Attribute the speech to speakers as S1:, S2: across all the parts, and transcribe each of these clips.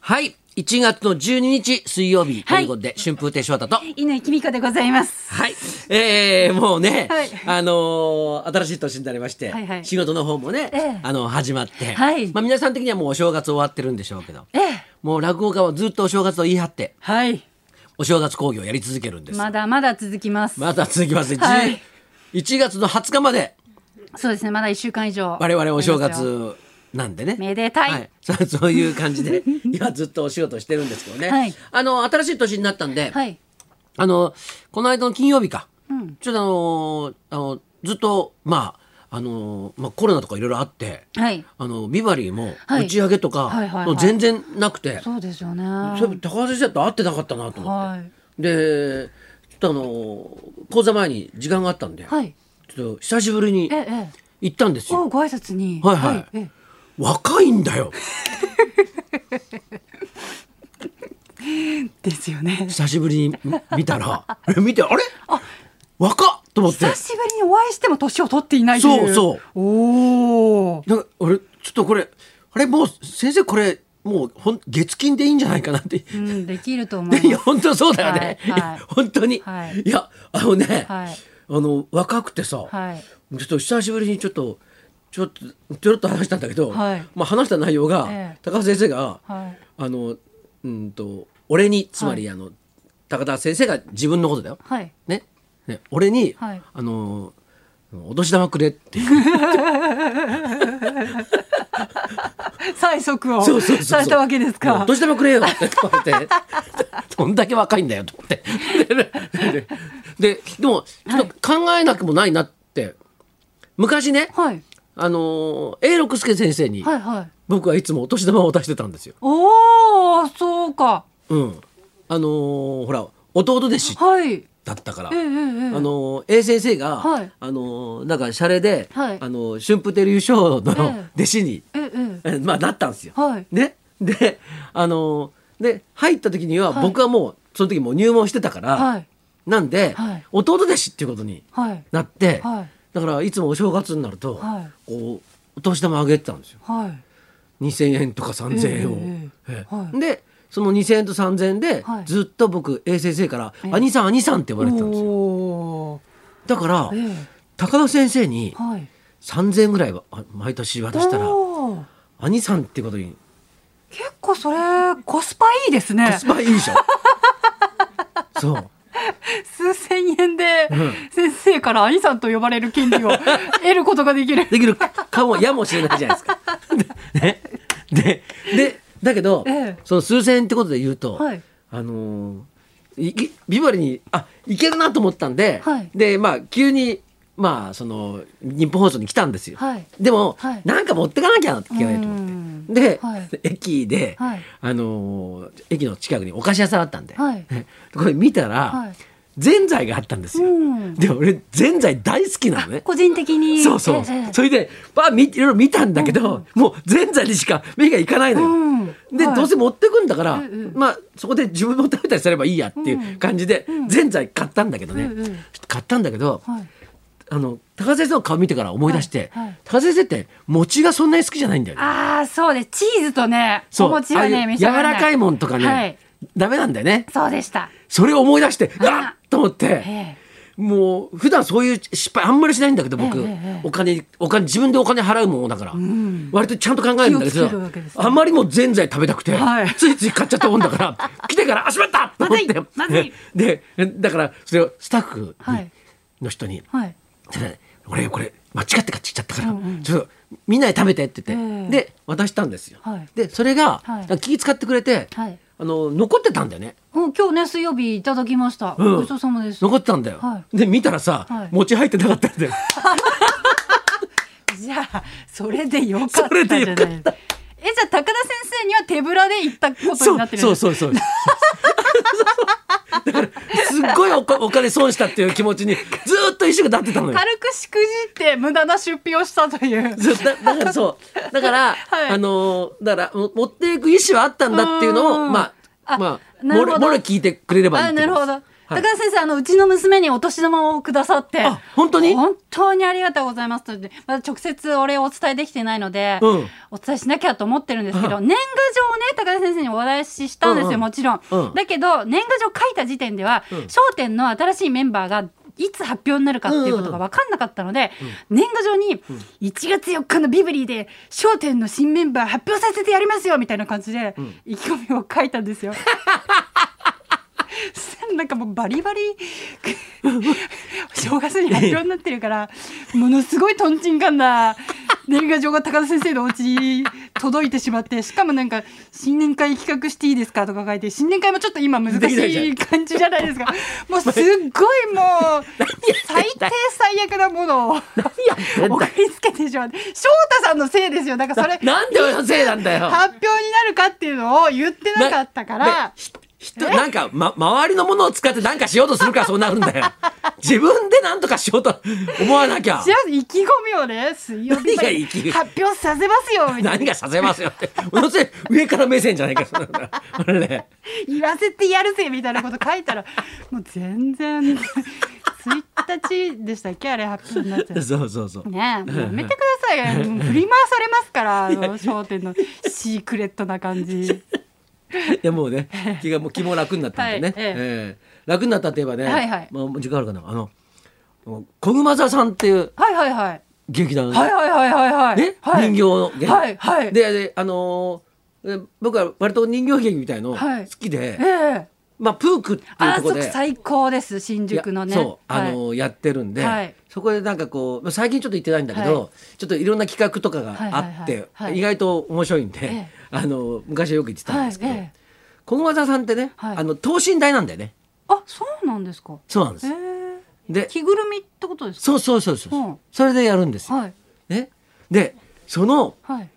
S1: はい1月の12日水曜日ということで、春風亭昇太と
S2: 犬きみこでございます。
S1: はい、えー、もうね、
S2: はい
S1: あのー新しい年になりまして、
S2: はいはい
S1: 仕事の方もね、
S2: ええ
S1: あの始まって、
S2: はい
S1: まあ、皆さん的にはもうお正月終わってるんでしょうけど、
S2: ええ、
S1: もう落語家はずっとお正月と言い張って
S2: はい、
S1: お正月興行をやり続けるんです、
S2: まだまだ続きます。
S1: また続きますね、
S2: はい
S1: 1月の20日まで
S2: そうですね、まだ一週間以上。
S1: 我々お正
S2: ありますよ。
S1: 月なんでね
S2: めでたい
S1: そうそういう感じで今ずっとお仕事してるんですけどね、
S2: はい
S1: あの新しい年になったんで、
S2: はい、
S1: あのこの間の金曜日か、
S2: うん
S1: ちょっとあのあのずっとまああの、まあ、コロナとかいろいろあって
S2: はい、
S1: あのビバリーも
S2: はい
S1: 打ち上げとか、
S2: はいはいはい
S1: 全然なくて、
S2: そうですよね。
S1: そういえば高橋先生と会ってなかったなと思って、
S2: は
S1: でちょっとあの講座前に時間があったんで、
S2: い、はい、
S1: ちょっと久しぶりに
S2: ええええ、
S1: 行ったんですよ
S2: お。ご挨拶に。
S1: はいはい
S2: ええ
S1: 若いんだよ
S2: ですよね。
S1: 久しぶりに見た らえ見てあれ若っと思って
S2: 久しぶりにお会いしても年を取っていないという。。
S1: そうそう
S2: おお。
S1: なんか俺ちょっとこれあれもう先生これもうほん月金でいいんじゃないかなって、
S2: うん、できると思
S1: い
S2: い
S1: や
S2: ます。
S1: 本当そうだよね、
S2: は
S1: い
S2: い
S1: や
S2: はい
S1: 本当に、
S2: はい
S1: いやあのね、
S2: はい
S1: あの若くてさ、
S2: はい。
S1: ちょっと久しぶりにちょっとちょっとちょろっと話したんだけど、
S2: はい
S1: まあ、話した内容が、
S2: ええ
S1: 高田先生が、
S2: はい
S1: あのうんと俺につまり、あの高田先生が自分のことだよ、
S2: はい。
S1: ねね俺に、
S2: はい
S1: あのお年玉くれって
S2: 催促を
S1: そうそうそうそう
S2: されたわけです
S1: もうお
S2: か。
S1: 年玉くれよって言われてどんだけ若いんだよと思ってでででもちょっと考えなくもないなって昔ね
S2: はい。
S1: あのー永六輔先生に
S2: はいはい。
S1: 僕はいつもお年玉を渡してたんですよ。
S2: おお、そうか。
S1: うん、あのーほら弟弟子
S2: はい。
S1: だったから、
S2: ええええええ
S1: あの A 先生が、
S2: はい
S1: あのなんかシャレで、
S2: はい
S1: あの春風亭流昇の
S2: ええ
S1: 弟子に、
S2: えええ
S1: え まあなったんですよ。
S2: え。はい。
S1: ね、であので入った時には
S2: はい
S1: 僕はもう、その時もう入門してたから、
S2: はい。
S1: なんで、
S2: はい
S1: 弟弟子っていうことに
S2: はい。
S1: なって、
S2: はい。
S1: だからいつもお正月になると、
S2: はい
S1: こうお年玉あげてたんですよ。
S2: はい。
S1: 2,000円とか3,000円を。
S2: ええ
S1: え
S2: ええ
S1: え
S2: はい
S1: でその2,000円と3,000円で、
S2: はい
S1: ずっと僕 A 先生から「
S2: ええ
S1: 兄さん兄さん」って言われてたんですよ。
S2: お
S1: だから
S2: ーえ
S1: 高田先生に
S2: えはい。
S1: 3,000円ぐらいはあ毎年渡したら
S2: おー
S1: 「兄さん」ってことに
S2: 結構それコスパいいですね
S1: コ。スパいいでしょ。 そう
S2: 数千円で
S1: うん
S2: 先生から兄さんと呼ばれる権 利を得ることができる。
S1: できるかもやもしれないじゃないですか。 でね、ででだけど、
S2: ええ
S1: その数千円ってことで言うと、
S2: はい
S1: あのーいいビバリにあ行けるなと思ったんで、
S2: はい
S1: でまあ急にまあその日本放送に来たんですよ。
S2: はい。
S1: でも、
S2: はい
S1: なんか持ってかなきゃいけないと思
S2: うん
S1: って。で、
S2: はい
S1: 駅で、
S2: はい
S1: あのー駅の近くにお菓子屋さんあったんで、
S2: はい
S1: これ見たら、
S2: はい
S1: ぜんざいがあったんですよ。
S2: うん
S1: で俺ぜんざい大好きなのね。
S2: 個人的に。
S1: そうそう。
S2: ええええ
S1: それで、ばあ、み、いろいろ見たんだけど、もう全座にしか目がいかないのよ。
S2: うん
S1: で、
S2: はい
S1: どうせ持ってくんだから、
S2: ええ
S1: まあ、そこで自分も食べたりすればいいやっていうう感じで、全座買ったんだけどね。
S2: ええええ
S1: 買ったんだけど、
S2: はい。
S1: あの、高瀬先生の顔見てから思い出して、
S2: はいはい
S1: 高瀬先生って餅がそんなに好きじゃないんだよね。
S2: ああそうです。チーズとね、
S1: そ
S2: お
S1: う。
S2: 餅は
S1: ああい
S2: ね、
S1: う
S2: 召し
S1: 柔
S2: 上がれな
S1: らかいもんとかね、
S2: はい
S1: ダメなんだよね。
S2: そうでした。
S1: それを思い出して、あっと思って。
S2: ええ
S1: もう普段そういう失敗あんまりしないんだけど僕、
S2: ええええ
S1: お金お金自分でお金払うものだから、割とちゃんと考えるんだけ
S2: 気をつけ
S1: ど
S2: るわけですね
S1: あまりもうぜんざい食べたくて、
S2: はい
S1: ついつい買っちゃったもんだから 来てから「あしまった!」と思って、
S2: まずい
S1: でだからそれをスタッフに
S2: はい
S1: の人に
S2: はい。
S1: それで俺これ間違って買ってきちゃったから、ちょっとみんなで食べてって言って、
S2: ええ
S1: で渡したんですよ、
S2: はい
S1: でそれが、
S2: はい
S1: 気使ってくれて、
S2: はい
S1: あの残ってたんだよね
S2: うん今日ね水曜日いただきました。
S1: うん
S2: ごちそうさまです。
S1: 残ってたんだよ、
S2: は
S1: で見たらさ、
S2: はい
S1: 餅入ってなかったんだよ
S2: じゃあそれでよかっ
S1: そ
S2: た
S1: れ
S2: じ
S1: で
S2: ゃ
S1: よ
S2: な
S1: か
S2: い
S1: った
S2: ですか。えじゃあ高田先生には手ぶらで行ったことになってるんです
S1: そうそうそ
S2: か
S1: うそうだからすっごいおこお金損したっていう気持ちにずーっと一緒になってたのよ。
S2: 軽くしくじって無駄な出費をしたという。
S1: ずだだからそうだから、
S2: はい
S1: あのーだからも持っていく意思はあったんだっていうの
S2: う
S1: を
S2: ん
S1: まあ
S2: あ
S1: まあ
S2: な
S1: も
S2: る
S1: れ
S2: ほど
S1: もれ聞いてくれればいい
S2: あ
S1: って
S2: な
S1: いう
S2: る
S1: こと
S2: ほ
S1: で
S2: ど。
S1: はい
S2: 高田先生あのうちの娘にお年玉をくださって
S1: あ本当に
S2: 本当にありがとうございますと言ってまだ直接お礼をお伝えできてないので、
S1: うん
S2: お伝えしなきゃと思ってるんですけど、
S1: う
S2: 年賀状をね高田先生にお返ししたんですよ、
S1: うんうん
S2: もちろん、
S1: うん
S2: だけど年賀状書いた時点では『
S1: うん
S2: 笑点』の新しいメンバーがいつ発表になるかっていうことが分かんなかったので、年賀状に1月4日のビブリーで『笑点』の新メンバー発表させてやりますよみたいな感じで意気込みを書いたんですよ。 なんかもうバリバリ正月に発表になってるからものすごいとんちんかんな年賀状が高田先生のお家に届いてしまってしかもなんか「新年会企画していいですか?」とか書いて新年会もちょっと今難
S1: で
S2: し
S1: きないじゃ
S2: い
S1: ん
S2: 感じじゃないですかもうすっごいもう最低最悪なものを
S1: 何やってん
S2: 送
S1: だよ
S2: りつけてしまって翔太さんのせいですよだからそれ
S1: なんで俺のせいなんだよ
S2: 発表になるかっていうのを言ってなかったから
S1: で。ひひとなんか、ま、周りのものを使ってなんかしようとするからそうなるんだ よ自分でなんとかしようと思わなきゃ
S2: じゃあ意気込みをね水曜日まで
S1: 何が意気込み
S2: 発表させますよみたい
S1: 何
S2: な
S1: がさせますよってものすごい上から目線じゃないかそんなのあれね
S2: 言わせてやるぜみたいなこと書い たらもう全然1日でしたっけあれ発表になっちゃう
S1: そうそうそう
S2: ねえもうやめてくださいよもう振り回されますからあの『笑点』のシークレットな感 じ
S1: いやもう ね気がもう気も楽になったんでね、
S2: はいええ
S1: ええ楽になったといえばね、
S2: はいはい
S1: まあ、もう時間あるかなあの小熊座さんっていう
S2: はいはいはい
S1: 劇団、
S2: はいはいはいはいはい
S1: ね
S2: はい
S1: 人形の劇
S2: はいはい
S1: でであのーで僕は割と人形劇みたいの好
S2: はい
S1: きで、
S2: ええ
S1: まあ、プークっていう
S2: あ
S1: ところ
S2: そこ
S1: で
S2: 最高です新宿のね
S1: いやそう、
S2: はい
S1: あのやってるんで、
S2: はい
S1: そこでなんかこう最近ちょっと行ってないんだけど、
S2: は
S1: ちょっといろんな企画とかがあって、
S2: はいはいはいはい
S1: 意外と面白いんで、
S2: ええ
S1: あの昔はよく行ってたんですけど、
S2: はいええ
S1: 小駒座さんってね、
S2: はい
S1: あの等身大なんだよね
S2: あそうなんですか
S1: そうなんで
S2: え
S1: す。
S2: え
S1: で
S2: 着ぐるみってことですか
S1: そうそうそうそう、
S2: うん
S1: それでやるんですよ。
S2: はい
S1: ね、でその
S2: はい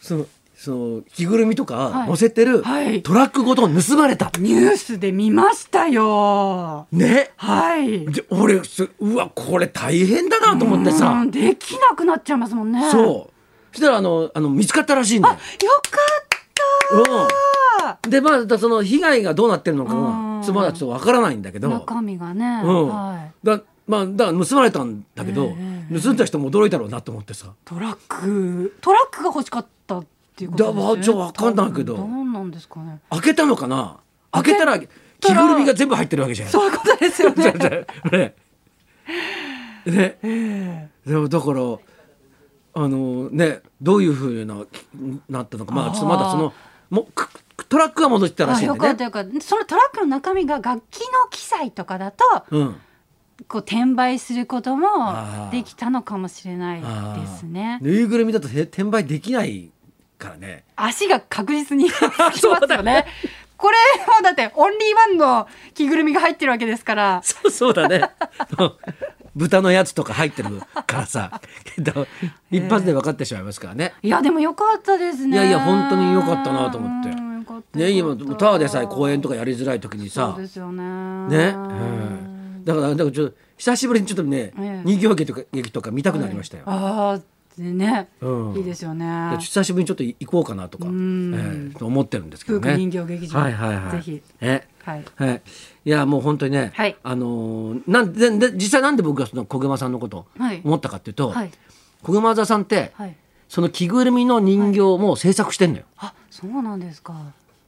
S1: そのその着ぐるみとか
S2: はい
S1: 乗せてる、
S2: はい
S1: トラックごと盗まれた。
S2: ニュースで見ましたよ
S1: ね
S2: はい
S1: で俺すうわこれ大変だなと思ってさ。
S2: うんできなくなっちゃいますもんねう
S1: そう。そしたらあのあの見つかったらしいんだ
S2: あ
S1: よ
S2: よ。かった
S1: うん。でまだその被害がどうなってるのか
S2: うん
S1: はちょっとまだちょっとわからないんだけど、
S2: 中身がね、
S1: うん。
S2: はい
S1: だまあだから盗まれたんだけど、
S2: え
S1: 盗んだ人も驚いたろうなと思ってさ。
S2: トラックトラックが欲しかったっていうことですよね
S1: だちょわかんないけど
S2: 多分どうなんですかね
S1: 開けたのかな。開けたら着
S2: た
S1: ぐ
S2: ら
S1: るみが全部入ってるわけじゃん。
S2: そういうことですよね
S1: ねね。ね。でもだから。あのね、どういうふうなきなったのか、まあ、ちょっとまだそのもくトラックは戻ってたらしいん
S2: あ
S1: で
S2: よ
S1: ね。
S2: かったよかったそのトラックの中身が楽器の機材とかだと
S1: うん、
S2: こう転売することも
S1: あー
S2: できたのかもしれないですね
S1: ぬいぐるみだとへ転売できないからね。
S2: 足が確実につきますよね。これもだってオンリーワンの着ぐるみが入ってるわけですから。
S1: そうそうだね。 豚のやつとか入ってるからさ、けど一発で分かってしまいますからね。
S2: いやでも良かったです
S1: い
S2: ね。
S1: やいや本当に良かったなと思って
S2: うん良かった
S1: ね、今タワーでさえ公演と
S2: か
S1: かやりづらい時に
S2: さ。
S1: さ
S2: そう、ですよね。
S1: ね、うん、だからだからちょっと久しぶりにちょっとね、
S2: ええ
S1: 人形劇とか劇とか見たくなりましたよ。
S2: ああね、
S1: うん
S2: いいですよね
S1: で。久しぶりにちょっと行こうかなとか、え
S2: ん
S1: えと思ってるんですけど
S2: 風
S1: ね。
S2: 俗人形劇場
S1: はいはいはい。
S2: ぜひ
S1: え
S2: はい。
S1: はい、いやもう本当にね、
S2: はい
S1: あのーなんでで実際なんで僕がその小熊さんのことを
S2: はい
S1: 思ったかっていうと、
S2: はい
S1: 小熊座さんって、
S2: はい。
S1: その着ぐるみの人形も制作してんのよ
S2: あそうなんですか。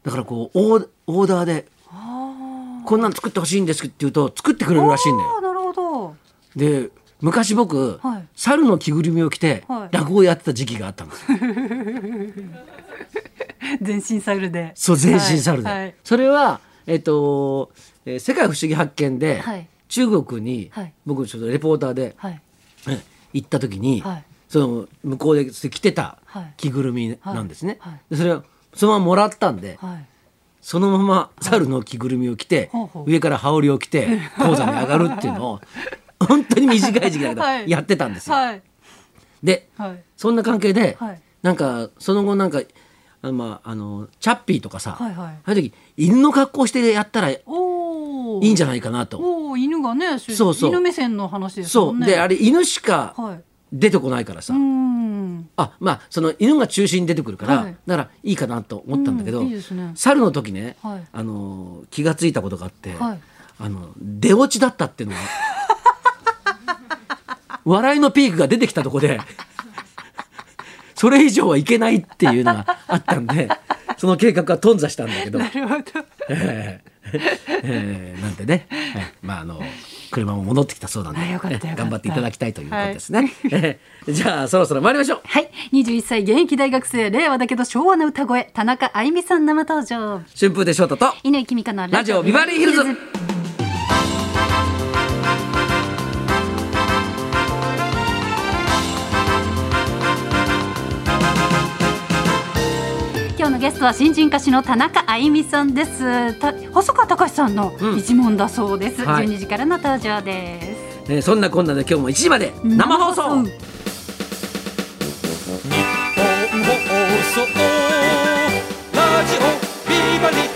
S1: だからこうオーオーダーで
S2: あ
S1: こんなん作ってほしいんですって言うと作ってくれるらしいんだよ
S2: あなるほど。
S1: で昔僕、
S2: はい
S1: 猿の着ぐるみを着て
S2: はい
S1: 落語をやってた時期があったんですよ、
S2: 全身サルで。
S1: そう全身猿で、
S2: はいはい
S1: それはえっ、と、えー世界不思議発見」で、
S2: はい
S1: 中国に、
S2: はい
S1: 僕ちょっとレポーターで
S2: はい
S1: うん 行った時に、
S2: はい
S1: その向こうで着てた
S2: はい
S1: 着ぐるみなんですね、
S2: はいはい
S1: でそれをそのままもらったんで、
S2: はい。
S1: そのまま猿の着ぐるみを着て、
S2: ほうほう
S1: 上から羽織を着て 高座に上がるっていうのを本当に短い時期だけど
S2: はい
S1: やってたんですよ。
S2: はい
S1: で
S2: はい
S1: そんな関係で、
S2: はい
S1: なんかその後なんかあのまああのチャッピーとかさ、
S2: はいはい
S1: あの時犬の格好してやったらい
S2: おお。
S1: いんじゃないかなと。
S2: おお犬がね主
S1: そうそう
S2: 犬目線の話です
S1: そ
S2: もん
S1: う
S2: ね
S1: であれ犬しか
S2: はい、う
S1: 出てこないからさ、
S2: ーん
S1: あまあその犬が中心に出てくるから、
S2: はい
S1: ならいいかなと思ったんだけど、
S2: うんいいですね
S1: 猿の時ね、
S2: はい
S1: あのー気がついたことがあって、
S2: はい
S1: あの出落ちだったっていうのは 笑いのピークが出てきたとこで それ以上はいけないっていうのがあったんでその計画は頓挫したんだけど。
S2: なるほど。
S1: ええええなんてね、はいまああの車も戻ってきたそうなんで、
S2: あよかったよかった
S1: ええ頑張っていただきたいということですね。ええじゃあそろそろ参りましょう。
S2: はい、21歳現役大学生、令和だけど昭和の歌声、田中あゆみさん生登場。
S1: 春風亭昇太と
S2: 乾きみかの
S1: ラジオビバリーヒルズ。
S2: 今日のゲストは新人歌手の田中あゆみさんです。た細川隆さんの
S1: うん
S2: 一問だそうです。
S1: はい
S2: 12時からの登場です。
S1: ええそんなこんなで今日も1時まで生放送。
S2: 生放送
S3: 日本放送ラジオビバリー